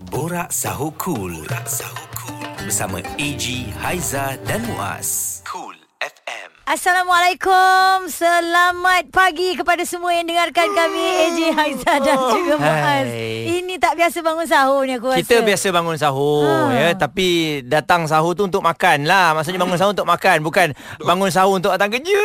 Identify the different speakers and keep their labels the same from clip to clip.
Speaker 1: Borak Sahur Cool. Borak Sahur Cool. Bersama AG, Haiza dan Muaz. Cool FM.
Speaker 2: Assalamualaikum. Selamat pagi kepada semua yang dengarkan kami AJ Haiza dan juga Muaz.
Speaker 3: Oh. Hai.
Speaker 2: Ini tak biasa bangun sahur ni aku rasa.
Speaker 3: Kita biasa bangun
Speaker 2: Ha.
Speaker 3: sahur ha. ya tapi datang sahur tu untuk makan lah. Maksudnya bangun sahur untuk makan bukan bangun sahur untuk datang kerja.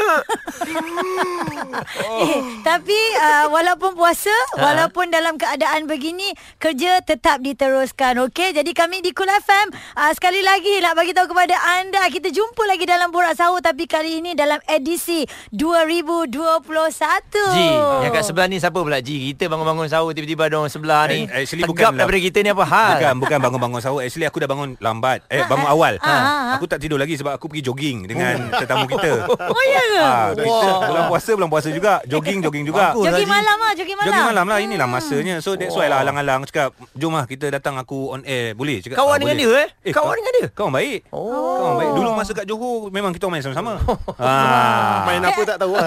Speaker 2: Eh, tapi uh, walaupun puasa,
Speaker 3: Ha?
Speaker 2: walaupun dalam keadaan begini, kerja tetap diteruskan. Okey, jadi kami di Kul FM uh, sekali lagi nak bagi tahu kepada anda kita jumpa lagi dalam Borak Sahur tapi kali ini dalam edisi 2021.
Speaker 3: Ji,
Speaker 2: Oh.
Speaker 3: yang kat sebelah ni siapa pula Ji? Kita bangun-bangun sahur tiba-tiba ada orang sebelah ni.
Speaker 4: Eh, actually
Speaker 3: Tegap
Speaker 4: bukan lah.
Speaker 3: daripada kita ni apa hal?
Speaker 4: Bukan bukan bangun-bangun sahur Actually aku dah bangun lambat Eh
Speaker 2: Ha,
Speaker 4: bangun
Speaker 2: ha,
Speaker 4: awal
Speaker 2: ha, ha, ha.
Speaker 4: Aku tak tidur lagi Sebab aku pergi jogging Dengan tetamu kita
Speaker 2: Oh ya ke?
Speaker 4: Ah, kita bulan puasa Bulan puasa juga Jogging jogging juga
Speaker 3: Bagus.
Speaker 2: Jogi
Speaker 3: Haji.
Speaker 2: malam ah, jogi malam.
Speaker 4: Jogging malam lah
Speaker 3: Hmm.
Speaker 4: Inilah masanya So that's why lah Alang-alang cakap Jom lah kita datang Aku on air Boleh cakap
Speaker 3: Kawan
Speaker 4: "Ah,
Speaker 3: dengan
Speaker 4: boleh."
Speaker 3: dia, eh? Kawan
Speaker 4: kau-
Speaker 3: dengan dia?
Speaker 4: Kawan baik
Speaker 3: Oh.
Speaker 4: Kawan baik Dulu masa kat Johor Memang kita main sama-sama ah. Main
Speaker 2: apa
Speaker 4: tak tahu lah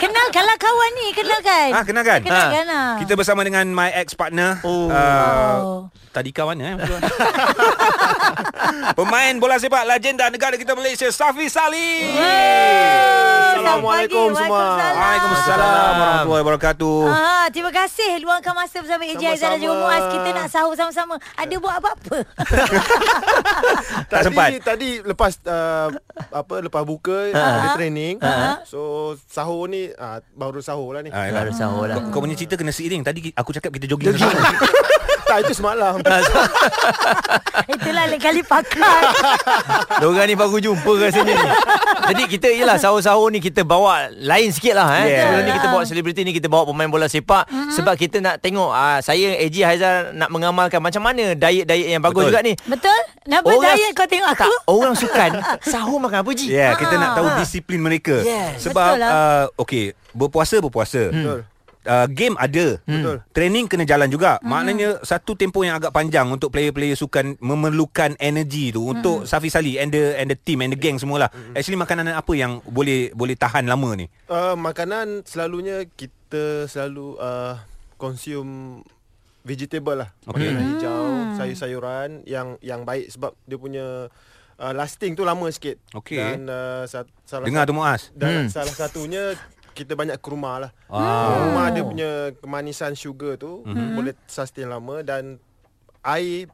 Speaker 2: Kenal kalau kawan ni kan? kenalkan.
Speaker 4: Ah, kenalkan.
Speaker 2: Kenalkan
Speaker 4: Ah.
Speaker 2: ah.
Speaker 4: Kita bersama dengan my ex partner.
Speaker 3: Oh.
Speaker 2: Oh.
Speaker 4: Uh, Tadika mana eh? Pemain bola sepak legenda negara kita Malaysia Safi Salim.
Speaker 2: Assalamualaikum semua.
Speaker 4: Waalaikumsalam warahmatullahi wabarakatuh.
Speaker 2: Ah, terima kasih luangkan masa bersama AJ Aizan dan juga Muaz. Kita nak sahur sama-sama. Ada buat apa-apa?
Speaker 4: Tak
Speaker 5: tadi,
Speaker 4: sempat.
Speaker 5: Tadi lepas uh, apa lepas buka ada training. Ha. So sahur ni uh, baru sahur lah ni.
Speaker 4: Ah, yalah.
Speaker 3: Baru sahur lah.
Speaker 4: Kau- Kau punya cerita kena seiring. Tadi ki- aku cakap kita jogging. sama-sama.
Speaker 5: tak itu semalam.
Speaker 4: Ah,
Speaker 2: Itulah lain kali pakar.
Speaker 3: Diorang ni baru jumpa rasanya ni. Jadi kita ialah sahur-sahur ni kita bawa lain sikit lah eh.
Speaker 4: Yeah.
Speaker 3: Yeah. Sebelum ni kita bawa selebriti ni kita bawa pemain bola sepak mm-hmm. sebab kita nak tengok ah saya AJ Haizal nak mengamalkan macam mana diet-diet yang bagus
Speaker 4: Betul.
Speaker 3: Betul. juga ni.
Speaker 2: Betul? Kenapa diet kau tengok aku?
Speaker 3: Tak, orang sukan sahur makan apa Ji?
Speaker 4: Yeah, kita nak tahu
Speaker 3: Ha.
Speaker 4: disiplin mereka.
Speaker 3: Yes.
Speaker 4: Sebab
Speaker 2: ah, Betul lah.
Speaker 4: uh, okey, berpuasa berpuasa.
Speaker 5: Betul.
Speaker 4: Uh, game ada
Speaker 5: Betul.
Speaker 4: Training kena jalan juga hmm. Maknanya Satu tempoh yang agak panjang Untuk player-player sukan Memerlukan energi tu
Speaker 2: Hmm.
Speaker 4: Untuk Safi Sali And the and the team And the gang semualah hmm. Actually makanan apa yang Boleh boleh tahan lama ni
Speaker 5: Uh, makanan selalunya kita selalu uh, consume vegetable lah.
Speaker 4: Okay.
Speaker 5: Makanan hijau, sayur-sayuran yang yang baik sebab dia punya uh, lasting tu lama sikit.
Speaker 4: Okey.
Speaker 5: Dan uh, sa- salah
Speaker 4: Dengar tu Muaz
Speaker 5: Dan hmm. salah satunya kita banyak kurma lah.
Speaker 4: Ah.
Speaker 5: Kurma dia punya kemanisan sugar tu
Speaker 3: Hmm.
Speaker 5: mm-hmm. boleh sustain lama dan air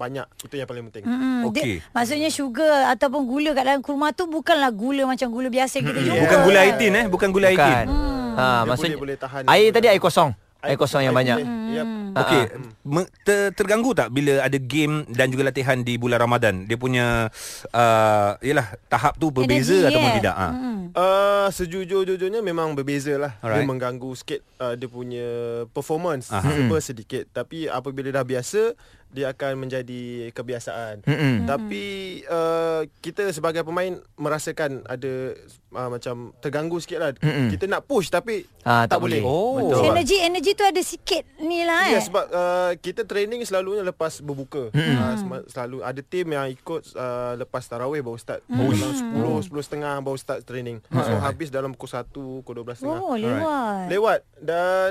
Speaker 5: banyak. Itu yang paling penting. Mm-hmm.
Speaker 2: Hmm,
Speaker 4: Okey.
Speaker 2: dia, maksudnya sugar ataupun gula kat dalam kurma tu bukanlah gula macam gula biasa kita jumpa.
Speaker 4: Hmm, Bukan gula aitin eh Bukan gula
Speaker 3: Bukan.
Speaker 2: Ah.
Speaker 4: aitin
Speaker 3: Ha,
Speaker 5: Dia
Speaker 3: maksudnya
Speaker 5: boleh- boleh tahan.
Speaker 3: air tadi air kosong. Air kosong yang banyak.
Speaker 5: Yep.
Speaker 4: Okey, me- ter- terganggu tak bila ada game dan juga latihan di bulan Ramadan? Dia punya uh, yalah tahap tu berbeza
Speaker 2: Energy,
Speaker 4: ataupun
Speaker 2: eh?
Speaker 4: tidak ah.
Speaker 5: Uh, sejujur-jujurnya memang berbeza lah Alright. Dia
Speaker 4: Alright.
Speaker 5: mengganggu sikit uh, Dia punya performance Super sedikit Tapi apabila dah biasa Dia akan menjadi kebiasaan
Speaker 3: Mm-mm.
Speaker 5: Tapi uh, Kita sebagai pemain Merasakan ada uh, Macam terganggu sikit lah Kita nak push tapi
Speaker 3: Ah, tak
Speaker 5: Tak
Speaker 3: boleh.
Speaker 5: boleh,
Speaker 4: Oh.
Speaker 5: Betul.
Speaker 2: Energi energi tu ada sikit ni lah eh.
Speaker 5: Ya sebab uh, kita training selalunya lepas berbuka. Hmm. Uh, sem- selalu ada tim yang ikut uh, lepas tarawih baru start. Hmm. Ha, Dalam 10 10.30 baru start training. So habis dalam pukul 1, pukul 12.30.
Speaker 2: oh, lewat.
Speaker 5: Lewat dan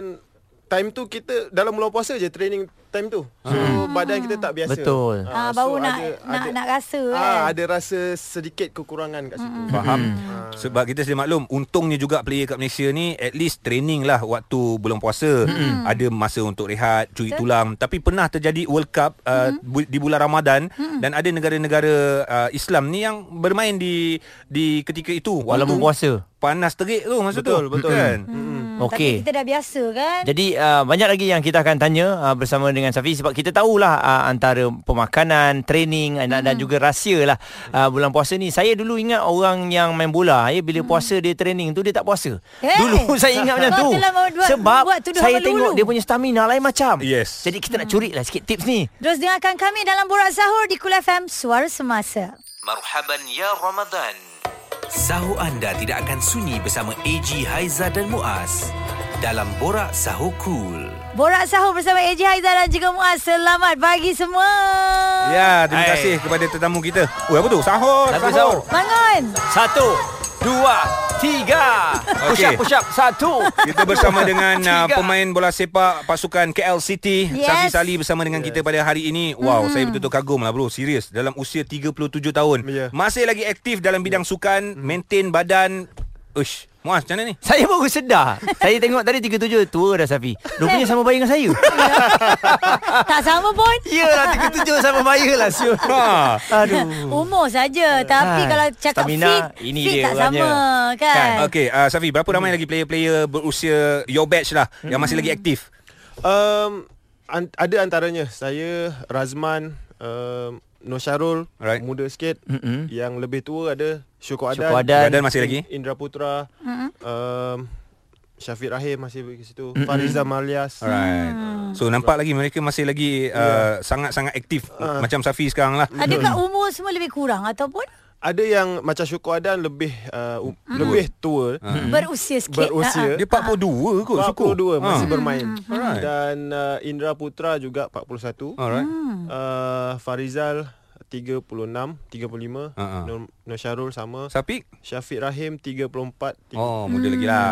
Speaker 5: time tu kita dalam bulan puasa je training time tu. So hmm. badan kita tak biasa.
Speaker 3: Betul.
Speaker 2: Ah, baru nak- nak- nak rasa, Hmm.
Speaker 5: Ah
Speaker 2: kan?
Speaker 5: ada rasa sedikit kekurangan kat situ.
Speaker 4: Faham? Hmm. Sebab kita sedia maklum, untungnya juga player kat Malaysia ni at least training lah waktu bulan puasa. Ada masa untuk rehat, cuci tulang. Tapi pernah terjadi World Cup uh, bu- di bulan Ramadan dan ada negara-negara uh, Islam ni yang bermain di di ketika itu
Speaker 3: Walaupun puasa.
Speaker 4: panas terik tu masa tu.
Speaker 5: Betul, betul.
Speaker 4: Kan?
Speaker 2: Hmm, Tapi
Speaker 3: Okey.
Speaker 2: kita dah biasa kan.
Speaker 3: Jadi uh, banyak lagi yang kita akan tanya uh, bersama dengan Safi sebab kita tahulah uh, antara pemakanan, training dan,
Speaker 2: Hmm.
Speaker 3: dan juga rahsia lah uh, bulan puasa ni. Saya dulu ingat orang yang main bola ya bila
Speaker 2: Hmm.
Speaker 3: puasa dia training tu dia tak puasa.
Speaker 2: Hey!
Speaker 3: Dulu saya ingat macam
Speaker 2: Kau
Speaker 3: tu.
Speaker 2: telah membuat-
Speaker 3: sebab
Speaker 2: membuat tuduhan
Speaker 3: saya
Speaker 2: melulu.
Speaker 3: tengok dia punya stamina lain macam.
Speaker 4: Yes.
Speaker 3: Jadi kita nak curi lah sikit tips ni.
Speaker 2: Terus dengarkan kami dalam Borak Sahur di Kul FM Suara Semasa.
Speaker 1: Marhaban ya Ramadan. Sahur anda tidak akan sunyi bersama AG, Haiza dan Muaz. Dalam Borak Sahur Cool.
Speaker 2: Borak Sahur bersama AJ Haizal dan juga Muaz. Selamat pagi semua.
Speaker 4: Ya, terima
Speaker 3: Hai.
Speaker 4: kasih kepada tetamu kita. Oh, apa tu? Sahur,
Speaker 3: Sahur,
Speaker 4: sahur.
Speaker 3: sahur.
Speaker 2: Bangun.
Speaker 3: Satu, dua, tiga. Push up,
Speaker 4: Okey.
Speaker 3: push up. Satu.
Speaker 4: Kita bersama dengan uh,
Speaker 3: Tiga.
Speaker 4: pemain bola sepak pasukan KL City
Speaker 2: Yes.
Speaker 4: Safi Sali bersama dengan kita pada hari ini. Wow, saya betul-betul kagum lah bro. Serius dalam usia 37 tahun
Speaker 5: Ya. Mm.
Speaker 4: masih lagi aktif dalam bidang sukan, maintain badan. Ush, Muaz macam mana ni?
Speaker 3: Saya baru sedar. Saya tengok tadi 37 tua dah Safi. Rupanya sama bayi dengan saya.
Speaker 2: tak sama pun.
Speaker 3: Yelah 37 sama bayi lah siul.
Speaker 4: Ha.
Speaker 3: Aduh.
Speaker 2: Umur saja Tapi
Speaker 3: Ah,
Speaker 2: kalau cakap
Speaker 3: stamina,
Speaker 2: fit
Speaker 3: ini
Speaker 2: Fit
Speaker 3: dia
Speaker 2: tak
Speaker 3: orangnya.
Speaker 2: sama Kan,
Speaker 3: Kan,
Speaker 4: Okey, uh, Safi, berapa
Speaker 5: Mm.
Speaker 4: ramai lagi player-player berusia your batch lah yang masih lagi aktif?
Speaker 5: Um, an- ada antaranya saya Razman, um, Nosyarul,
Speaker 4: Alright.
Speaker 5: muda sikit.
Speaker 3: Mm-mm.
Speaker 5: Yang lebih tua ada Syukur Adan.
Speaker 3: Syukur Adan.
Speaker 4: Dan, Badan masih lagi?
Speaker 5: Indra Putra. Um, Syafiq Rahim masih di situ. Fariza Malias.
Speaker 4: Alright. So nampak lagi mereka masih lagi uh, sangat-sangat aktif
Speaker 5: Ya. Ah.
Speaker 4: macam Safi sekarang lah.
Speaker 2: Adakah umur semua lebih kurang Ataupun
Speaker 5: Ada yang macam Syukur Adan lebih uh, u- lebih tua.
Speaker 4: Ah.
Speaker 2: berusia sikit Ha,
Speaker 5: Berusia.
Speaker 4: Dia 42 kot Syukur.
Speaker 5: 42 masih
Speaker 4: Ah.
Speaker 5: bermain.
Speaker 4: Alright.
Speaker 5: Dan uh, Indra Putra juga 41.
Speaker 4: Alright.
Speaker 5: Uh, Farizal 36, 35.
Speaker 4: Ah, ah.
Speaker 5: Nur, Nur Syarul sama.
Speaker 4: Sapi?
Speaker 5: Syafiq Rahim 34.
Speaker 4: Oh, muda lagi lah.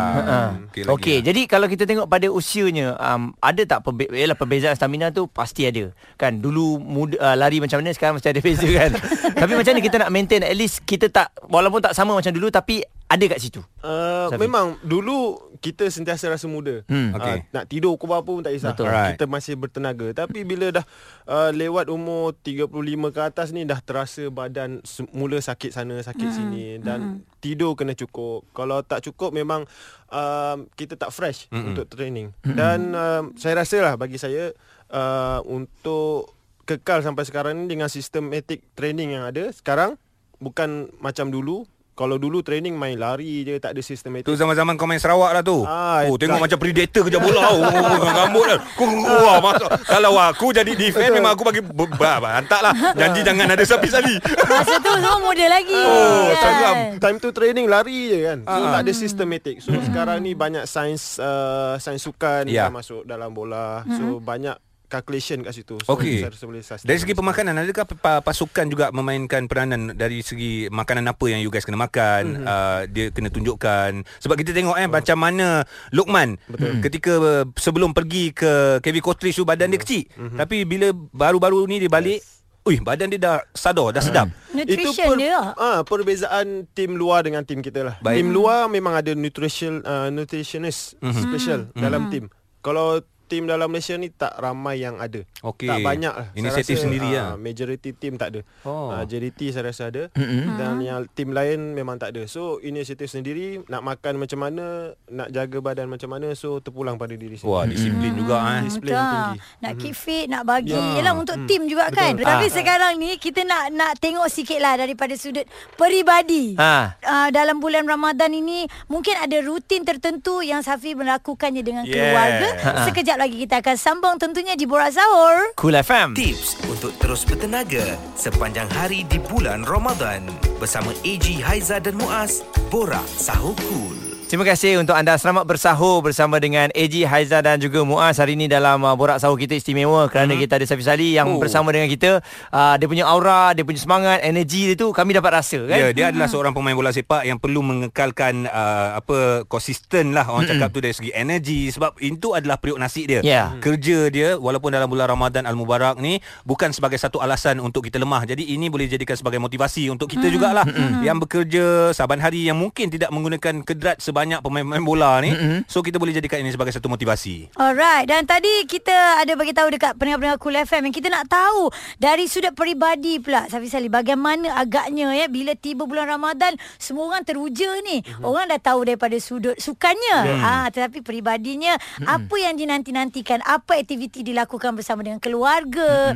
Speaker 3: Okey,
Speaker 4: lagi
Speaker 3: okay,
Speaker 4: lah.
Speaker 3: jadi kalau kita tengok pada usianya um, ada tak perbe- yalah, perbezaan stamina tu pasti ada. Kan dulu muda, uh, lari macam mana sekarang mesti ada beza kan. tapi macam mana kita nak maintain at least kita tak walaupun tak sama macam dulu tapi ada kat situ.
Speaker 5: Uh,
Speaker 3: Syafiq.
Speaker 5: memang dulu kita sentiasa rasa muda.
Speaker 3: Hmm.
Speaker 4: Okey.
Speaker 5: Uh, nak tidur pukul berapa pun tak kisah.
Speaker 3: Betul.
Speaker 4: Alright.
Speaker 5: Kita masih bertenaga. Tapi bila dah uh, lewat umur 35 ke atas ni dah terasa badan se- mula sakit sana, sakit hmm. sini dan hmm. tidur kena cukup. Kalau tak cukup memang uh, kita tak fresh hmm. untuk training. Hmm. Dan uh, saya rasalah bagi saya uh, untuk kekal sampai sekarang ni dengan sistematik training yang ada sekarang bukan macam dulu. Kalau dulu training main lari je tak ada
Speaker 4: Tu
Speaker 5: sistematik.
Speaker 4: zaman-zaman kau main Sarawak lah tu.
Speaker 5: Ah,
Speaker 4: oh,
Speaker 5: itu-
Speaker 4: tengok macam predator kejar bola. Oh, oh, rambut lah. Kau wah, masuk. Kalau aku jadi defend memang aku bagi be- ba- ba- hantar lah.
Speaker 5: Ah.
Speaker 4: Janji jangan ada sapi sali.
Speaker 2: ha. Masa tu semua muda lagi
Speaker 4: Oh,
Speaker 2: kan?
Speaker 4: seram.
Speaker 5: Time tu training lari je
Speaker 4: Ah,
Speaker 5: kan. So tak ada sistematik. So sekarang ni banyak sains uh, sains sukan
Speaker 4: Hmm. Ya. Hmm.
Speaker 5: yeah. masuk dalam bola. So banyak calculation kat situ. So
Speaker 4: Okey.
Speaker 5: saya rasa boleh sustain.
Speaker 4: Dari segi pemakanan adakah pa- pasukan juga memainkan peranan dari segi makanan apa yang you guys kena makan, mm-hmm. uh, dia kena tunjukkan. Sebab kita tengok eh macam mana Lukman Betul. ketika uh, sebelum pergi ke KB Kotris tu badan dia kecil. Mm-hmm. Tapi bila baru-baru ni dia balik, yes. ui badan dia dah sadar, dah sedap.
Speaker 2: Nutrition dia
Speaker 5: Ah, perbezaan tim luar dengan tim kita lah.
Speaker 4: Baik. Mhm.
Speaker 5: Baik. Tim luar memang ada nutrition uh, nutritionist mm-hmm. special mm-hmm.
Speaker 2: Mhm.
Speaker 5: dalam tim. Kalau tim dalam Malaysia ni tak ramai yang ada.
Speaker 4: Okey.
Speaker 5: Tak banyak lah. Saya
Speaker 4: Inisiatif
Speaker 5: rasa,
Speaker 4: sendiri
Speaker 5: ah,
Speaker 4: lah.
Speaker 5: Majority tim tak ada.
Speaker 4: Oh.
Speaker 5: Oh. Uh, JDT saya rasa ada
Speaker 2: Mhm.
Speaker 5: dan yang tim lain memang tak ada. So inisiatif sendiri nak makan macam mana, nak jaga badan macam mana so terpulang pada diri sendiri.
Speaker 4: Wah, disiplin juga eh.
Speaker 5: Disiplin
Speaker 2: Betul.
Speaker 5: tinggi.
Speaker 2: Nak keep fit, nak bagi.
Speaker 4: Ya.
Speaker 2: Yalah untuk tim juga kan. Tapi sekarang ni kita nak nak tengok sikit lah daripada sudut peribadi.
Speaker 3: Ha.
Speaker 2: Uh, dalam bulan Ramadan ini mungkin ada rutin tertentu yang Safi melakukannya dengan
Speaker 4: Yeah.
Speaker 2: keluarga.
Speaker 3: Ha-ha.
Speaker 2: Sekejap lagi kita akan sambung tentunya di Borak Sahur.
Speaker 3: Cool FM.
Speaker 1: Tips untuk terus bertenaga sepanjang hari di bulan Ramadan bersama AG Haiza dan Muaz, Borak Sahur Cool.
Speaker 3: Terima kasih untuk anda selamat bersahur bersama dengan AG Haiza dan juga Muaz hari ini dalam uh, borak sahur kita istimewa kerana kita ada Safi Sali yang
Speaker 4: Oh.
Speaker 3: bersama dengan kita uh, dia punya aura, dia punya semangat, energi dia tu kami dapat rasa kan.
Speaker 4: Ya, dia adalah seorang pemain bola sepak yang perlu mengekalkan uh, apa konsisten lah orang cakap tu dari segi energi sebab itu adalah periuk nasi dia.
Speaker 3: Hmm. Ya.
Speaker 5: Hmm.
Speaker 4: Kerja dia walaupun dalam bulan Ramadan Al-Mubarak ni bukan sebagai satu alasan untuk kita lemah. Jadi ini boleh dijadikan sebagai motivasi untuk
Speaker 3: Hmm.
Speaker 4: kita jugalah yang bekerja saban hari yang mungkin tidak menggunakan kedrat sebanyak pemain-pemain
Speaker 3: Hmm.
Speaker 4: bola ni. So kita boleh jadikan ini sebagai satu motivasi.
Speaker 2: Alright, dan tadi kita ada bagi tahu dekat pendengar-pendengar Cool FM yang kita nak tahu dari sudut peribadi pula Safi Salih bagaimana agaknya ya bila tiba bulan Ramadan semua orang teruja ni. Orang dah tahu daripada sudut sukannya. Ah tetapi peribadinya apa yang dinanti-nantikan, apa aktiviti dilakukan bersama dengan keluarga,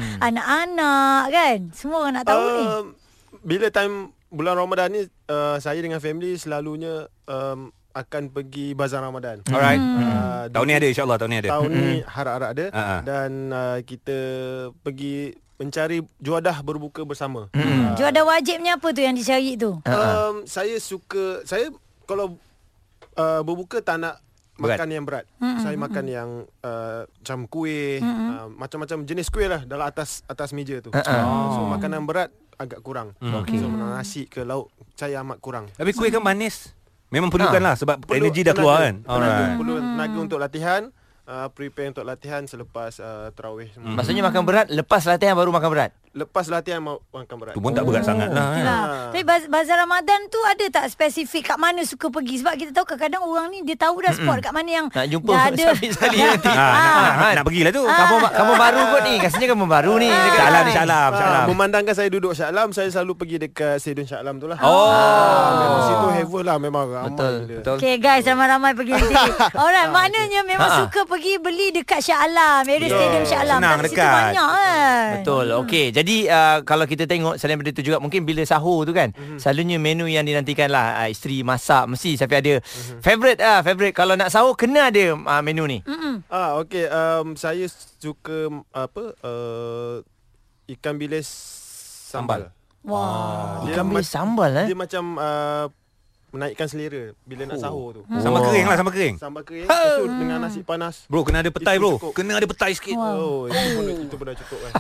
Speaker 2: anak-anak kan. Semua orang nak tahu ni.
Speaker 5: Um, Bila time bulan Ramadan ni uh, saya dengan family selalunya um, akan pergi bazar Ramadan.
Speaker 4: Hmm. Alright.
Speaker 5: Uh,
Speaker 4: Tahun ni ada insya-Allah tahun ni ada.
Speaker 5: Tahun ni harap-harap ada
Speaker 4: Ha, ha.
Speaker 5: dan uh, kita pergi mencari juadah berbuka bersama.
Speaker 2: Hmm. Juadah wajibnya apa tu yang dicari tu?
Speaker 4: Ha,
Speaker 5: Um, saya suka saya kalau uh, berbuka tak nak
Speaker 4: Berat.
Speaker 5: makan yang berat. Saya makan yang uh, macam kuih, uh, macam-macam jenis kuih lah dalam atas atas meja tu.
Speaker 4: Ha, Oh.
Speaker 5: So
Speaker 4: Mm.
Speaker 5: makanan berat agak kurang. So nasi ke lauk saya amat kurang.
Speaker 4: Tapi kuih kan manis. Memang
Speaker 3: Ha.
Speaker 4: perlukanlah sebab energi dah keluar kan.
Speaker 5: Alright.
Speaker 4: Alright.
Speaker 5: Perlu tenaga untuk latihan, uh, prepare untuk latihan selepas uh, tarawih semua.
Speaker 3: Maksudnya makan berat Lepas latihan baru makan berat
Speaker 5: Lepas latihan mau makan berat.
Speaker 4: Tu pun
Speaker 3: Oh.
Speaker 4: tak berat sangat
Speaker 3: Ah.
Speaker 4: lah. kan.
Speaker 2: Itulah. Tapi baz- bazar Ramadan tu ada tak spesifik kat mana suka pergi? Sebab kita tahu kadang-kadang orang ni dia tahu dah spot kat mana yang
Speaker 3: Nak jumpa
Speaker 2: dah ada.
Speaker 3: Safi Salih nanti
Speaker 4: Ha,
Speaker 5: Ah.
Speaker 4: nak, nak, nak, nak pergilah tu.
Speaker 3: Kamu kamu baru kot ni Rasanya kamu baru ni
Speaker 2: Ah.
Speaker 3: dekat
Speaker 4: Salam,
Speaker 3: kedai.
Speaker 4: salam, salam.
Speaker 5: Ah, memandangkan saya duduk Shah Alam, saya selalu pergi dekat Stadium Shah Alam tu lah.
Speaker 3: Oh.
Speaker 5: Ah, memang situ heaven lah memang ramai.
Speaker 3: Betul
Speaker 5: gila.
Speaker 3: Betul
Speaker 2: Okay guys ramai-ramai pergi nanti
Speaker 3: Ah,
Speaker 2: Alright maknanya memang
Speaker 3: Ha-ha.
Speaker 2: suka pergi beli dekat Shah Alam Area
Speaker 4: Yeah.
Speaker 2: Stadium Shah Alam
Speaker 4: Senang,
Speaker 2: Kat situ
Speaker 4: dekat.
Speaker 2: banyak kan
Speaker 3: Betul.
Speaker 4: Hmm.
Speaker 3: Okey. Jadi uh, kalau kita tengok selain daripada itu juga mungkin bila sahur tu kan,
Speaker 4: Hmm.
Speaker 3: mm-hmm. selalunya menu yang dinantikan lah uh, isteri masak mesti Safi ada
Speaker 4: Hmm.
Speaker 3: mm-hmm. favorite ah uh, favorite kalau nak sahur kena ada uh, menu ni. Mm-hmm.
Speaker 5: Ah okey um, saya suka mm, apa uh, ikan bilis sambal. Ah,
Speaker 2: Wah
Speaker 3: Ah,
Speaker 5: Dia
Speaker 3: Ikan bilis
Speaker 5: mac-
Speaker 3: sambal eh.
Speaker 5: Dia macam uh, menaikkan selera bila nak sahur tu.
Speaker 4: Sambal
Speaker 3: Wah.
Speaker 4: kering lah, sambal kering.
Speaker 5: Sambal kering lepas tu dengan nasi panas.
Speaker 4: Bro, kena ada petai
Speaker 5: Itu
Speaker 4: bro.
Speaker 5: cukup.
Speaker 4: Kena ada petai sikit.
Speaker 5: Oh, itu pun itu pun dah cukup kan.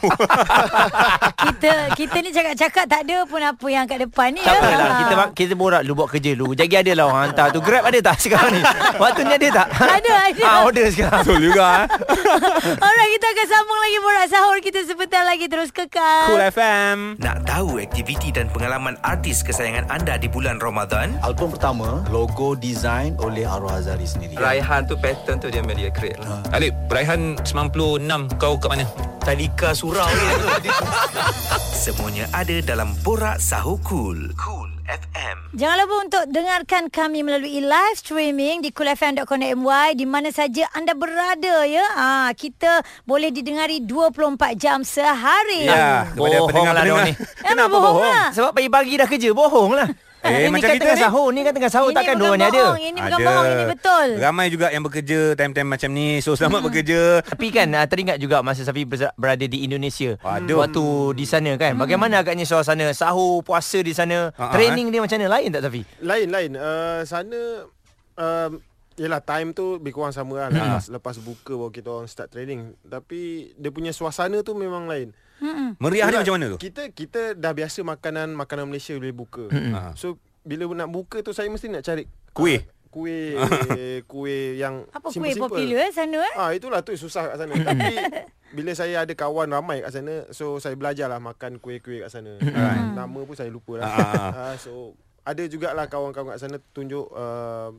Speaker 3: Ah.
Speaker 2: Kita kita ni cakap-cakap tak ada pun apa yang kat depan ni
Speaker 3: Tak
Speaker 2: ya.
Speaker 3: apalah kita bak- kita borak lu buat kerja lu. Jadi ada lah orang hantar tu. Grab ada tak sekarang ni? Waktu ni ada tak?
Speaker 2: Ada, ada.
Speaker 3: Ah order sekarang.
Speaker 4: Betul juga. eh.
Speaker 2: Alright kita akan sambung lagi borak sahur kita sebentar lagi terus kekal
Speaker 4: Cool FM.
Speaker 1: Nak tahu aktiviti dan pengalaman artis kesayangan anda di bulan Ramadan?
Speaker 6: Album pertama logo design oleh Arwah Azari sendiri.
Speaker 7: Raihan tu pattern tu dia dia create lah.
Speaker 4: Alip, Raihan 96 kau kat mana?
Speaker 6: Talika surau
Speaker 1: Semuanya ada dalam Borak Sahur Cool. Cool FM.
Speaker 2: Jangan lupa untuk dengarkan kami melalui live streaming di coolfm.com.my di mana saja anda berada ya. Ah kita boleh didengari 24 jam sehari.
Speaker 4: Ya, kepada
Speaker 3: Bohong lah dia
Speaker 4: pendengar-pendengar.
Speaker 3: ni.
Speaker 2: Kenapa bohong? lah?
Speaker 3: Sebab pagi-pagi dah kerja bohong lah.
Speaker 4: Eh,
Speaker 3: ini
Speaker 4: macam
Speaker 3: kan
Speaker 4: kita
Speaker 3: tengah
Speaker 4: ni.
Speaker 3: sahur, ni kan tengah sahur
Speaker 2: Ini
Speaker 3: takkan
Speaker 2: bukan
Speaker 3: dua ni ada.
Speaker 2: bohong, Ini bukan bohong, ini betul.
Speaker 4: Ramai juga yang bekerja time-time macam ni. So selamat hmm. bekerja.
Speaker 3: Tapi kan ah, teringat juga masa Safi bersa- berada di Indonesia
Speaker 4: Waduh.
Speaker 3: Waktu di sana kan Bagaimana agaknya suasana sahur, puasa di sana
Speaker 4: Ha, ha,
Speaker 3: Training dia macam mana? Lain tak Safi?
Speaker 5: Lain lain uh, sana uh, Yelah time tu lebih kurang sama lah
Speaker 4: Hmm.
Speaker 5: lepas, lepas buka baru kita orang start training Tapi dia punya suasana tu memang lain
Speaker 4: Meriah dia
Speaker 5: Yelah,
Speaker 4: macam mana tu?
Speaker 5: Kita kita dah biasa makanan makanan Malaysia bila buka.
Speaker 4: Ah.
Speaker 5: So bila nak buka tu saya mesti nak cari
Speaker 4: Kuih.
Speaker 5: ah, kuih kuih yang
Speaker 2: Apa kuih
Speaker 5: simple-simple.
Speaker 2: popular sana eh?
Speaker 5: Ah itulah tu susah kat sana. Tapi bila saya ada kawan ramai kat sana, so saya belajarlah makan kuih-kuih kat sana. Ah, Nama pun saya lupa lah.
Speaker 4: Hmm. Ah, ah,
Speaker 5: Ah, so ada jugalah kawan-kawan kat sana tunjuk uh,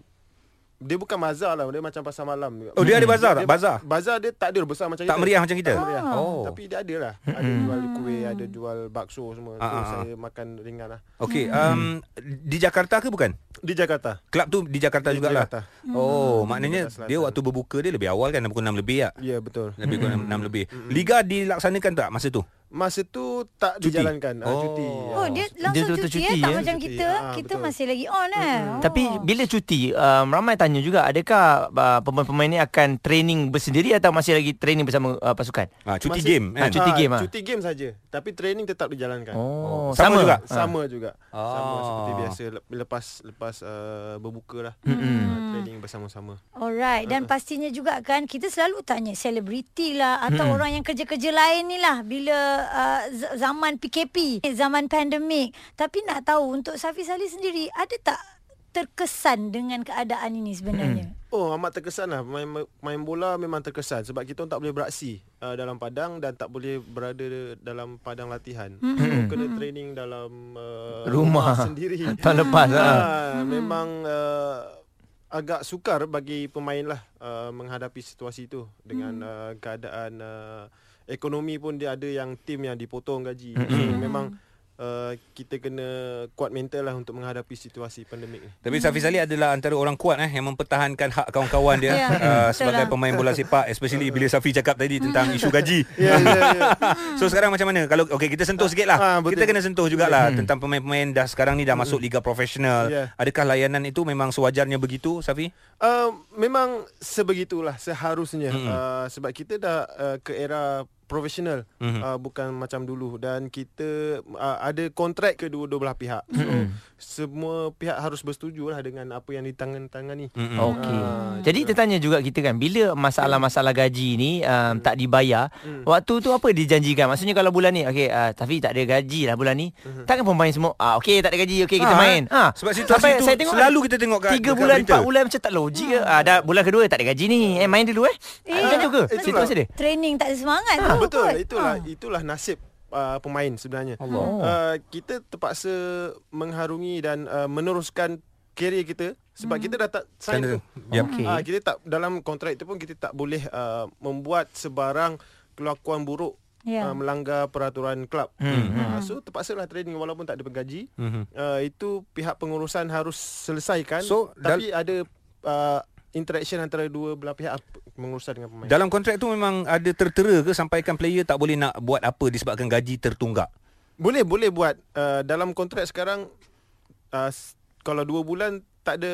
Speaker 5: dia bukan bazar lah Dia macam pasar malam juga.
Speaker 4: Oh, dia ada bazar tak? Bazar?
Speaker 5: Bazar dia tak ada besar macam
Speaker 4: Tak
Speaker 5: kita.
Speaker 4: meriah macam kita?
Speaker 5: Tak
Speaker 4: Oh.
Speaker 5: meriah.
Speaker 4: Hmm.
Speaker 5: Oh. Tapi dia ada lah Ada jual kuih Ada jual bakso semua
Speaker 4: Ah,
Speaker 5: So
Speaker 4: ah,
Speaker 5: saya makan ringan lah
Speaker 4: Okey, um, di Jakarta ke bukan?
Speaker 5: Di Jakarta
Speaker 4: Kelab tu di Jakarta
Speaker 5: Di
Speaker 4: jugalah.
Speaker 5: Jakarta. Hmm.
Speaker 4: Oh, maknanya
Speaker 5: Jakarta Selatan.
Speaker 4: dia waktu berbuka dia lebih awal kan pukul 6 lebih tak?
Speaker 5: Ya yeah, betul
Speaker 4: Lebih kurang 6 lebih.
Speaker 5: Hmm.
Speaker 4: Liga dilaksanakan tak masa tu?
Speaker 5: Masa tu tak
Speaker 4: Cuti.
Speaker 5: dijalankan ah, Cuti
Speaker 4: Oh.
Speaker 2: Oh dia langsung
Speaker 3: Dia tu- tu
Speaker 2: cuti, eh?
Speaker 3: cuti,
Speaker 2: tak
Speaker 3: eh?
Speaker 2: macam
Speaker 5: Cuti.
Speaker 2: kita.
Speaker 5: Ah,
Speaker 2: kita
Speaker 5: betul.
Speaker 2: masih lagi on eh. Oh.
Speaker 3: Tapi bila cuti um, Ramai tanya juga Adakah uh, pemain-pemain ni akan training bersendiri Atau masih lagi training bersama uh, pasukan?
Speaker 4: Ha, cuti
Speaker 5: Masa-
Speaker 4: game kan?
Speaker 3: Ah, cuti
Speaker 5: Ah,
Speaker 3: game ah.
Speaker 5: Cuti game saja Tapi training tetap dijalankan
Speaker 3: oh
Speaker 4: Sama juga?
Speaker 5: Sama juga Sama
Speaker 4: Ah.
Speaker 5: seperti biasa Lep- Lepas Lepas uh, berbuka lah hmm. Training bersama-sama
Speaker 2: Alright dan pastinya juga kan kita selalu tanya selebriti lah atau orang yang kerja-kerja lain ni lah bila uh, z- zaman PKP, eh, zaman pandemik. Tapi nak tahu untuk Safi Salih sendiri ada tak terkesan dengan keadaan ini sebenarnya?
Speaker 5: Oh amat terkesan lah main, main bola memang terkesan Sebab kita orang tak boleh beraksi uh, Dalam padang Dan tak boleh berada Dalam padang latihan mm-hmm. Kena training dalam uh,
Speaker 3: Rumah.
Speaker 5: Sendiri
Speaker 3: Tahun lepas,
Speaker 5: Ah,
Speaker 3: ah.
Speaker 5: Memang uh, Agak sukar bagi pemain lah uh, Menghadapi situasi tu Dengan uh, keadaan uh, Ekonomi pun dia ada yang Tim yang dipotong gaji So memang uh, Kita kena Kuat mental lah Untuk menghadapi situasi pandemik ni
Speaker 4: Tapi Safi Salih adalah antara orang kuat eh yang mempertahankan hak kawan-kawan dia
Speaker 2: Ya,
Speaker 4: uh,
Speaker 2: betul
Speaker 4: sebagai
Speaker 2: lah.
Speaker 4: pemain bola sepak especially bila Safi cakap tadi tentang isu gaji.
Speaker 5: Ya, ya, ya.
Speaker 4: so sekarang macam mana? Kalau okey kita sentuh sikit lah.
Speaker 5: Ah, betul.
Speaker 4: kita kena sentuh jugalah tentang pemain-pemain dah sekarang ni dah masuk liga profesional.
Speaker 5: Ya.
Speaker 4: Adakah layanan itu memang sewajarnya begitu Safi?
Speaker 5: Eh, Uh, memang sebegitulah seharusnya mm. uh, sebab kita dah uh, ke era profesional mm-hmm. uh, bukan macam dulu dan kita uh, ada kontrak kedua-dua belah pihak so mm-hmm. semua pihak harus bersetuju lah dengan apa yang ditangani mm-hmm.
Speaker 3: Okey.
Speaker 4: Ah,
Speaker 3: Jadi tertanya juga kita kan bila masalah-masalah gaji ni um, tak dibayar,
Speaker 4: Mm.
Speaker 3: waktu tu apa dijanjikan? Maksudnya kalau bulan ni okey uh, Tafi tak ada gaji lah bulan ni, takkan pemain semua ah okey tak ada gaji okey kita
Speaker 4: Mm-hmm.
Speaker 3: main.
Speaker 4: Ah, eh. Sebab situasi tu selalu kita tengok
Speaker 3: 3
Speaker 4: kat- dekat Hmm.
Speaker 3: bulan
Speaker 4: berita.
Speaker 3: 4 bulan macam tak logik ke. Ah, dah bulan kedua tak ada gaji ni. Eh main dulu eh.
Speaker 2: Eh,
Speaker 3: Ah, Macam tu ke?
Speaker 5: itulah.
Speaker 3: Situasi dia.
Speaker 2: Training tak ada semangat tu
Speaker 5: Betul,
Speaker 2: kot.
Speaker 5: itulah
Speaker 2: Ah.
Speaker 5: itulah nasib uh, pemain sebenarnya.
Speaker 3: Allah.
Speaker 5: Uh, kita terpaksa mengharungi dan uh, meneruskan karier kita sebab kita dah tak sign
Speaker 4: Standard.
Speaker 5: tu.
Speaker 4: Yep.
Speaker 3: Okey.
Speaker 5: Ah, kita tak dalam kontrak itu pun kita tak boleh uh, membuat sebarang kelakuan buruk
Speaker 2: Ya.
Speaker 5: yeah. uh, melanggar peraturan klub. Hmm. Uh, so terpaksalah training walaupun tak ada gaji. Hmm. Uh, itu pihak pengurusan harus selesaikan
Speaker 4: So, dal-
Speaker 5: tapi ada uh, interaction antara dua belah pihak ap- pengurusan dengan pemain.
Speaker 4: Dalam kontrak tu memang ada tertera ke sampaikan player tak boleh nak buat apa disebabkan gaji tertunggak.
Speaker 5: Boleh boleh buat uh, dalam kontrak sekarang uh, s- kalau dua bulan tak ada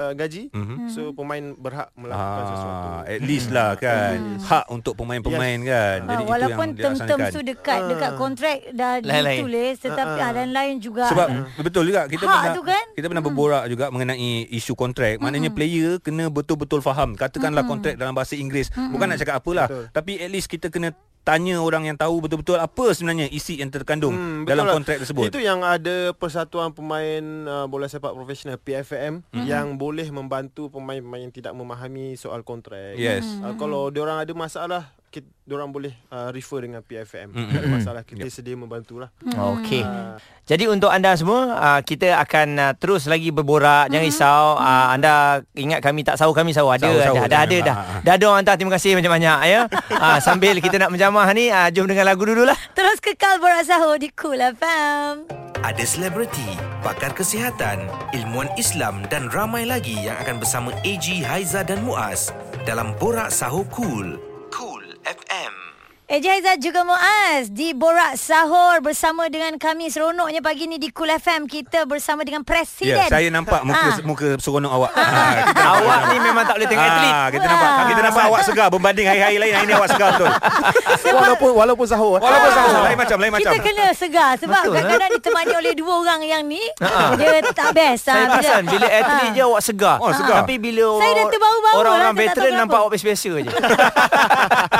Speaker 5: uh, gaji mm-hmm. so pemain berhak melakukan ah, sesuatu.
Speaker 4: Ah, at least lah kan. Hak untuk pemain-pemain yes.
Speaker 2: Ah,
Speaker 4: kan. Jadi itu yang
Speaker 2: walaupun term-term
Speaker 4: dilaksanakan.
Speaker 2: tu dekat dekat kontrak dah
Speaker 3: Lain-lain.
Speaker 2: ditulis tetapi ah, dan lain juga
Speaker 4: Sebab betul juga kita
Speaker 2: Hmm. Hak
Speaker 4: pernah
Speaker 2: tu kan? Hmm.
Speaker 4: kita pernah berborak juga mengenai isu kontrak. Maknanya player kena betul-betul faham. Katakanlah kontrak dalam bahasa Inggeris.
Speaker 2: Hmm.
Speaker 4: Bukan nak cakap apalah,
Speaker 5: Betul.
Speaker 4: tapi at least kita kena tanya orang yang tahu betul-betul apa sebenarnya isi yang terkandung
Speaker 5: Hmm, betul
Speaker 4: dalam
Speaker 5: lah.
Speaker 4: kontrak tersebut.
Speaker 5: Itu yang ada Persatuan Pemain uh, Bola Sepak Profesional PFM
Speaker 4: Hmm.
Speaker 5: mm-hmm. yang boleh membantu pemain-pemain yang tidak memahami soal kontrak.
Speaker 4: Yes.
Speaker 5: Uh, kalau diorang ada masalah kita diorang boleh uh, refer dengan PFM.
Speaker 4: Hmm,
Speaker 5: Mm-hmm. Tak ada masalah kita yep. sedia membantulah.
Speaker 2: Hmm.
Speaker 3: Okey.
Speaker 2: Ah.
Speaker 3: Jadi untuk anda semua, ah, kita akan ah, terus lagi berborak.
Speaker 2: Hmm.
Speaker 3: Jangan risau. Ah, Anda ingat kami tak sahu kami sahu. Ada,
Speaker 4: Sahu,
Speaker 3: ada,
Speaker 4: sahu,
Speaker 3: ada, ada
Speaker 4: jangan.
Speaker 3: dah.
Speaker 4: Ah, ah.
Speaker 3: Dah ada orang hantar terima kasih banyak-banyak ya. Ah, Sambil kita nak menjamah ni, ah, jom dengan lagu dululah.
Speaker 2: terus kekal borak sahur di Cool FM.
Speaker 1: Ada selebriti, pakar kesihatan, ilmuwan Islam dan ramai lagi yang akan bersama AG, Haiza dan Muaz dalam Borak Sahur Cool. Cool FM.
Speaker 2: Eja Haizat juga Muaz di Borak Sahur bersama dengan kami seronoknya pagi ni di Cool FM kita bersama dengan Presiden.
Speaker 4: Ya, saya nampak muka
Speaker 2: Ah.
Speaker 4: muka seronok awak. Ah, kita nampak
Speaker 3: Awak
Speaker 4: seronok.
Speaker 3: ni memang tak boleh tengok atlet.
Speaker 4: Ah, kita nampak. Kita nampak awak segar berbanding hari-hari lain. Hari ini awak segar betul. Oh.
Speaker 5: Walaupun walaupun sahur.
Speaker 4: Walaupun sama lain macam lain
Speaker 2: Ah. Kita
Speaker 4: macam.
Speaker 2: kena segar sebab
Speaker 3: Betul, eh?
Speaker 2: kadang-kadang ditemani oleh dua orang yang ni dia tak best
Speaker 3: Saya
Speaker 2: ah,
Speaker 3: perasan bila atlet je awak segar.
Speaker 4: Oh, segar.
Speaker 3: Tapi
Speaker 2: Saya
Speaker 3: bila
Speaker 2: dah
Speaker 3: orang-
Speaker 2: terbau-bau
Speaker 3: orang-orang
Speaker 2: lah, tak tahu
Speaker 3: veteran
Speaker 2: kenapa. Hmm.
Speaker 3: nampak awak biasa-biasa je.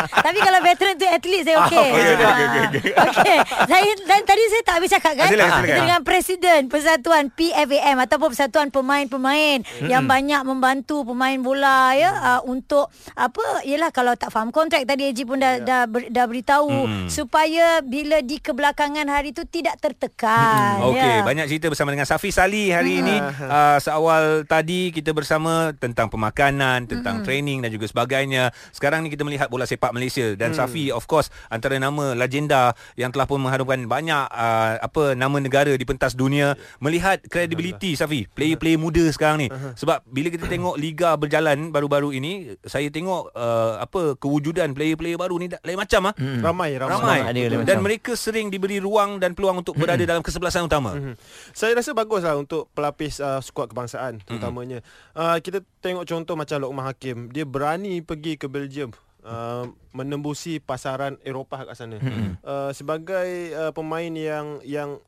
Speaker 2: Tapi kalau veteran tu atlet saya okey.
Speaker 4: Ah, okey, okey, okey,
Speaker 2: Okey. Saya dan tadi saya tak habis cakap kan.
Speaker 4: Silakan, silakan.
Speaker 2: Kita dengan presiden Persatuan PFAM ataupun Persatuan Pemain-pemain hmm. yang banyak membantu pemain bola ya uh, untuk apa ialah kalau tak faham kontrak tadi Eji pun
Speaker 4: Ya.
Speaker 2: dah dah, ber, dah beritahu hmm. supaya bila di kebelakangan hari tu tidak tertekan.
Speaker 4: Okey,
Speaker 2: ya.
Speaker 4: banyak cerita bersama dengan Safi Sali hari ini. Uh, seawal tadi kita bersama tentang pemakanan, tentang training dan juga sebagainya. Sekarang ni kita melihat bola sepak Malaysia dan Safi of course antara nama legenda yang telah pun mengharumkan banyak uh, apa nama negara di pentas dunia. Melihat credibility Safi, player-player muda sekarang ni. Sebab bila kita tengok liga berjalan baru-baru ini, saya tengok uh, apa kewujudan player-player baru ni dah- lain macam ah.
Speaker 5: Hmm. Ramai ramai.
Speaker 4: Ramai.
Speaker 3: Ada lain
Speaker 4: Dan
Speaker 3: macam.
Speaker 4: mereka sering diberi ruang dan peluang untuk berada
Speaker 5: Hmm.
Speaker 4: dalam kesebelasan utama.
Speaker 5: Saya rasa baguslah untuk pelapis uh, skuad kebangsaan terutamanya. Uh, kita tengok contoh macam Lokman Hakim, dia berani pergi ke Belgium. Uh, menembusi pasaran Eropah kat sana. Uh, sebagai uh, pemain yang yang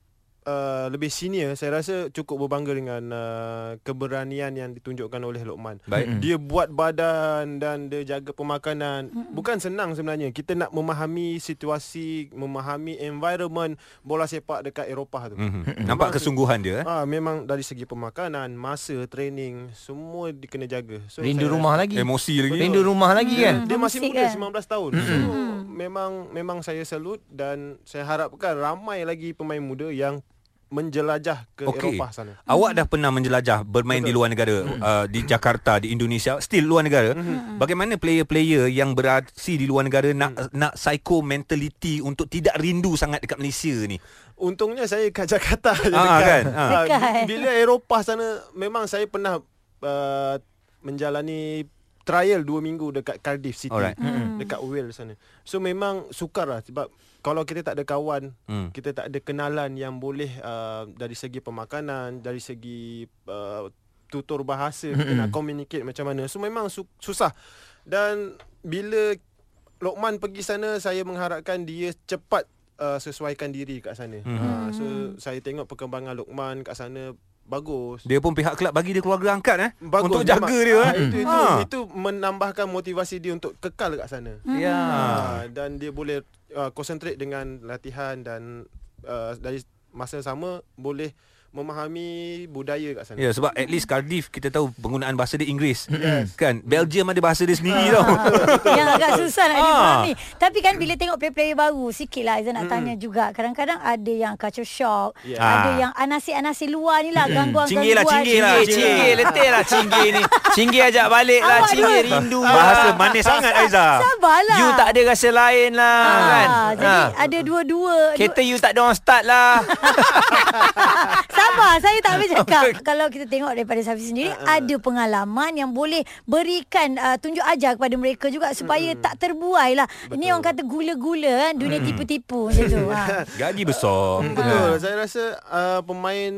Speaker 5: uh, lebih senior, saya rasa cukup berbangga dengan uh, keberanian yang ditunjukkan oleh Lokman.
Speaker 4: Baik.
Speaker 5: Dia buat badan dan dia jaga pemakanan. Bukan senang sebenarnya. Kita nak memahami situasi, memahami environment bola sepak dekat Eropah tu.
Speaker 4: Mhm. Nampak kesungguhan dia eh.
Speaker 5: Hmm. Ah memang dari segi pemakanan, masa, training, semua di- kena jaga. So
Speaker 2: Hmm.
Speaker 3: Rindu
Speaker 5: saya
Speaker 3: rumah
Speaker 5: rasa- Hmm.
Speaker 3: lagi.
Speaker 4: Emosi lagi. kan?
Speaker 3: Rindu rumah lagi kan.
Speaker 5: Dia masih
Speaker 2: Musik
Speaker 5: muda
Speaker 2: kan?
Speaker 5: 19 tahun.
Speaker 4: Hmm.
Speaker 5: So memang memang saya salut dan saya harapkan ramai lagi pemain muda yang menjelajah ke
Speaker 4: Okey.
Speaker 5: Eropah sana.
Speaker 4: Awak dah pernah menjelajah bermain di luar negara
Speaker 5: Hmm.
Speaker 4: uh, di Jakarta, di Indonesia, still luar negara. Bagaimana player-player yang beraksi di luar negara nak
Speaker 5: Hmm.
Speaker 4: nak psycho mentality untuk tidak rindu sangat dekat Malaysia ni?
Speaker 5: Untungnya saya kat Jakarta je
Speaker 4: Ah,
Speaker 5: dekat.
Speaker 4: kan? Ah.
Speaker 5: Ah, bi-
Speaker 2: Dekat.
Speaker 5: Bila Eropah sana memang saya pernah uh, menjalani trial 2 minggu dekat Cardiff City.
Speaker 4: Alright.
Speaker 5: Dekat Wales sana. So memang sukar lah sebab kalau kita tak ada kawan,
Speaker 4: Hmm.
Speaker 5: kita tak ada kenalan yang boleh uh, dari segi pemakanan, dari segi uh, tutur bahasa kita nak communicate macam mana. So memang su- susah. Dan bila Lokman pergi sana saya mengharapkan dia cepat uh, sesuaikan diri kat sana. Hmm.
Speaker 4: Mm-hmm.
Speaker 5: Uh, so saya tengok perkembangan Lokman kat sana bagus.
Speaker 4: Dia pun pihak kelab bagi dia keluarga angkat eh
Speaker 5: Bagus
Speaker 4: untuk jaga
Speaker 5: memang.
Speaker 4: dia
Speaker 5: Ah,
Speaker 4: eh.
Speaker 5: Itu, itu,
Speaker 4: Ha.
Speaker 5: ha. itu menambahkan motivasi dia untuk kekal kat sana.
Speaker 2: Hmm.
Speaker 4: Ya.
Speaker 5: Ah, dan dia boleh uh, concentrate dengan latihan dan uh, dari masa yang sama boleh memahami budaya kat sana.
Speaker 4: Ya sebab at least Cardiff kita tahu penggunaan bahasa dia Inggeris. Yes. Kan? Belgium ada bahasa dia
Speaker 5: Ah.
Speaker 4: sendiri tau.
Speaker 2: Yang agak susah nak
Speaker 4: Ah. Hmm.
Speaker 2: difahami Tapi kan bila tengok player-player baru Sikit lah Aizan nak tanya juga Kadang-kadang ada yang culture shock
Speaker 5: Ya.
Speaker 2: Ada
Speaker 4: Ah.
Speaker 2: yang anasi-anasi luar ni lah Gangguan-gangguan
Speaker 4: Cinggir lah, cinggir lah.
Speaker 3: Eh, cinggir letih lah cinggir ni. Cinggir ajak balik lah.
Speaker 2: Awak
Speaker 3: Cinggir
Speaker 2: dua-
Speaker 3: rindu lah.
Speaker 4: bahasa manis sangat Aiza.
Speaker 2: Sabarlah
Speaker 3: You tak ada rasa lain lah
Speaker 2: Ah,
Speaker 3: kan.
Speaker 2: Jadi
Speaker 3: Ah.
Speaker 2: ada dua-dua dua-
Speaker 3: Kereta you tak ada orang start lah.
Speaker 2: Sabar Saya tak boleh cakap Kalau kita tengok daripada Safi sendiri
Speaker 4: Ah,
Speaker 2: Ada pengalaman yang boleh Berikan uh, Tunjuk ajar kepada mereka juga Supaya
Speaker 4: Hmm.
Speaker 2: tak terbuai lah Ini orang kata gula-gula kan Dunia tipu-tipu macam tu ha.
Speaker 4: Gaji besar.
Speaker 5: Betul. Saya rasa uh, pemain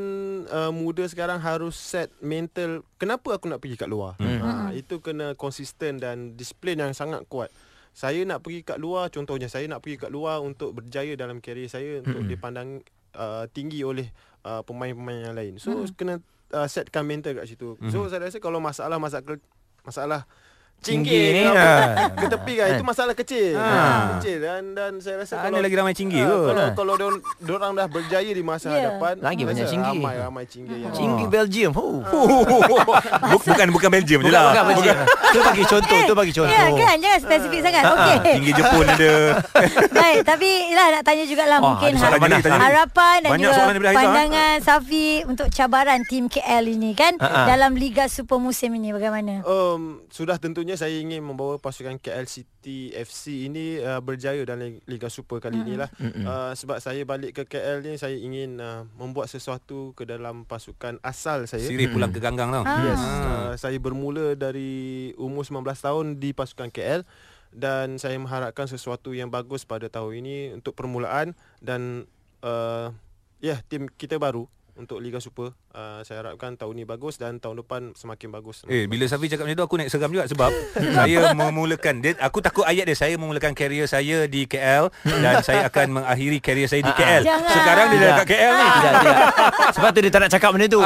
Speaker 5: uh, muda sekarang harus set mental kenapa aku nak pergi kat luar. Hmm. Ha, itu kena konsisten dan disiplin yang sangat kuat. Saya nak pergi kat luar contohnya saya nak pergi kat luar untuk berjaya dalam karier saya untuk hmm. dipandang uh, tinggi oleh uh, pemain-pemain yang lain. So hmm. kena uh, setkan mental kat situ. Hmm. So saya rasa kalau masalah masalah masalah
Speaker 3: Cinggir ni,
Speaker 5: Cinggir ke
Speaker 3: ah.
Speaker 5: apa, ke tepi kan itu masalah kecil.
Speaker 4: Ah.
Speaker 5: Kecil dan dan saya rasa
Speaker 4: Tak ada lagi ramai cinggir
Speaker 5: Ah,
Speaker 4: kot.
Speaker 5: Kalau kalau dia dia orang dah berjaya di
Speaker 2: Ya.
Speaker 5: masa yeah.
Speaker 3: kan?
Speaker 5: hadapan eh,
Speaker 3: Lagi banyak
Speaker 5: rasa
Speaker 3: cinggir.
Speaker 5: Ramai-ramai cinggir yang
Speaker 3: Cinggir Belgium. Oh.
Speaker 4: Buk- bukan bukan Belgium je lah.
Speaker 3: Bukan Belgium. Tu bagi contoh, tu bagi contoh.
Speaker 2: Ya kan Jangan spesifik sangat
Speaker 4: Ah,
Speaker 2: Okey
Speaker 4: Tinggi Jepun ada.
Speaker 2: Baik, tapi lah nak tanya jugalah
Speaker 3: Wah,
Speaker 2: oh, mungkin
Speaker 3: ada
Speaker 4: soalan
Speaker 2: har-
Speaker 4: banyak tanya ni.
Speaker 2: harapan dan
Speaker 4: Banyak soalan
Speaker 2: juga
Speaker 4: daripada Aizah,
Speaker 2: pandangan Safi untuk cabaran tim KL ini kan
Speaker 3: Ha, ha.
Speaker 2: dalam Liga Super musim ini bagaimana?
Speaker 5: Um, sudah tentunya saya ingin membawa pasukan KL City FC ini uh, berjaya dalam Liga Super kali inilah uh, sebab saya balik ke KL ni saya ingin uh, membuat sesuatu ke dalam pasukan asal saya.
Speaker 4: Sirih pulang ke ganggang tau.
Speaker 2: Ah.
Speaker 5: Yes. Uh, saya bermula dari umur 19 tahun di pasukan KL dan saya mengharapkan sesuatu yang bagus pada tahun ini untuk permulaan dan uh, ya yeah, tim kita baru untuk Liga Super. Uh, saya harapkan tahun ini bagus dan tahun depan semakin bagus.
Speaker 4: Eh bila Safi cakap macam tu aku naik seram juga sebab saya memulakan dia aku takut ayat dia saya memulakan karier saya di KL dan saya akan mengakhiri karier saya di KL.
Speaker 2: Jangan. Ah.
Speaker 4: Sekarang dia dah kat KL ni.
Speaker 3: kan? Tidak, tidak. Sebab tu dia tak nak cakap benda tu.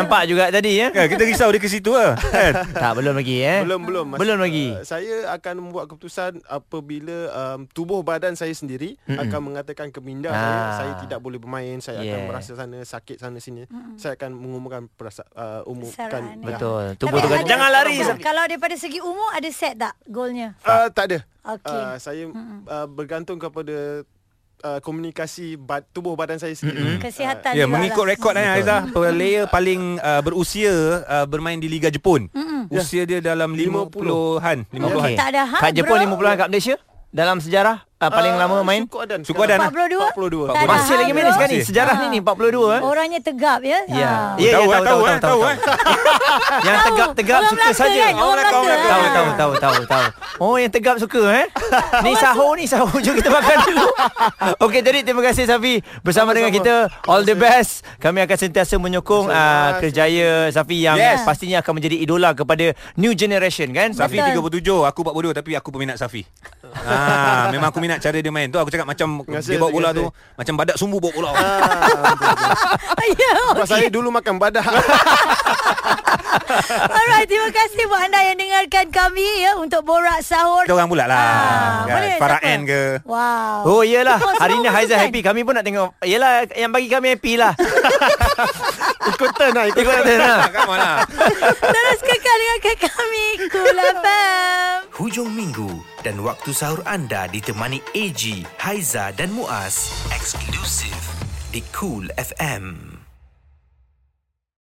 Speaker 3: Nampak juga tadi ya.
Speaker 4: Kan kita risau dia ke situ ah. Kan?
Speaker 3: Tak belum lagi eh.
Speaker 5: belum belum Mas-
Speaker 3: Belum lagi.
Speaker 5: uh, saya akan membuat keputusan apabila um, tubuh badan saya sendiri mm akan mengatakan keminda ah. saya
Speaker 3: Ah.
Speaker 5: saya tidak boleh bermain saya yeah. akan
Speaker 3: Yeah.
Speaker 5: merasa sana sakit sana sini mm saya akan mengumumkan perasa, uh,
Speaker 2: Saran,
Speaker 5: umumkan
Speaker 2: ya.
Speaker 3: Betul.
Speaker 2: Tapi
Speaker 3: Tubuh tu
Speaker 2: ada-
Speaker 3: kata, jangan lari.
Speaker 2: Kalau daripada segi umur ada set tak golnya?
Speaker 4: Ah,
Speaker 5: Uh, tak ada
Speaker 2: Okey.
Speaker 5: uh, saya uh, bergantung kepada uh, komunikasi ba- tubuh badan saya sendiri
Speaker 2: Kesihatan
Speaker 4: Ya,
Speaker 2: juga
Speaker 4: mengikut
Speaker 2: lah.
Speaker 4: rekod eh Aizah, player paling uh, berusia uh, bermain di Liga Jepun. Usia dia dalam 50-an, 50-an.
Speaker 2: Okey. Tak ada hak,
Speaker 3: Kat Jepun
Speaker 2: bro.
Speaker 3: 50-an kat Malaysia dalam sejarah uh, paling lama main.
Speaker 5: Suku Adan
Speaker 4: Suku Adan,
Speaker 5: sekarang.
Speaker 2: 42?
Speaker 5: 42
Speaker 2: Tak ada
Speaker 3: Masih lagi main
Speaker 2: Masih.
Speaker 3: sekarang ni. Sejarah ni ni
Speaker 2: Ah.
Speaker 3: 42 eh.
Speaker 2: Orangnya tegap ya.
Speaker 3: Ya.
Speaker 2: Ah.
Speaker 3: Ya,
Speaker 4: Tahu,
Speaker 3: ya,
Speaker 4: tahu, eh, tahu, eh.
Speaker 3: Yang
Speaker 2: Tahu.
Speaker 3: tegap-tegap
Speaker 2: Orang
Speaker 3: suka
Speaker 2: Melaka
Speaker 3: saja.
Speaker 2: kan? Orang
Speaker 3: Melaka,
Speaker 2: Melaka.
Speaker 3: Tahu, tahu, tahu, tahu, tahu. Oh, yang tegap suka eh. Ni sahur ni sahur jom kita makan dulu. Okey, jadi terima kasih Safi bersama dengan kita. All the best. Kami akan sentiasa menyokong uh, kerjaya Safi yang
Speaker 4: Yes.
Speaker 3: pastinya akan menjadi idola kepada new generation kan.
Speaker 4: Safi
Speaker 2: Betul.
Speaker 4: 37 Aku buat bodoh Tapi aku peminat Safi ha, Memang aku minat Cara dia main Tu aku cakap macam
Speaker 5: Terima
Speaker 4: Dia
Speaker 5: kasih, Ah.
Speaker 4: bawa bola tu
Speaker 5: terima
Speaker 4: Macam badak sumbu bawa bola
Speaker 2: Ya.
Speaker 5: Sebab saya dulu makan badak
Speaker 2: Alright, terima kasih buat anda yang dengarkan kami ya untuk borak sahur.
Speaker 4: Kita orang pula lah
Speaker 2: Ah,
Speaker 4: kan?
Speaker 2: boleh,
Speaker 4: Farah
Speaker 2: siapa?
Speaker 4: Ann ke
Speaker 2: Wow.
Speaker 3: Oh iyalah
Speaker 2: Semua-
Speaker 3: Hari ni
Speaker 2: semua kan?
Speaker 3: Haizah
Speaker 2: pasukan.
Speaker 3: happy Kami pun nak tengok Yelah yang bagi kami happy lah
Speaker 5: Ikutan lah
Speaker 3: Ikut kita lah
Speaker 4: Ah, Come on lah
Speaker 2: Terus kekal dengan kami Cool FM
Speaker 1: Hujung minggu dan waktu sahur anda ditemani AG, Haiza dan Muaz. Eksklusif di Cool FM.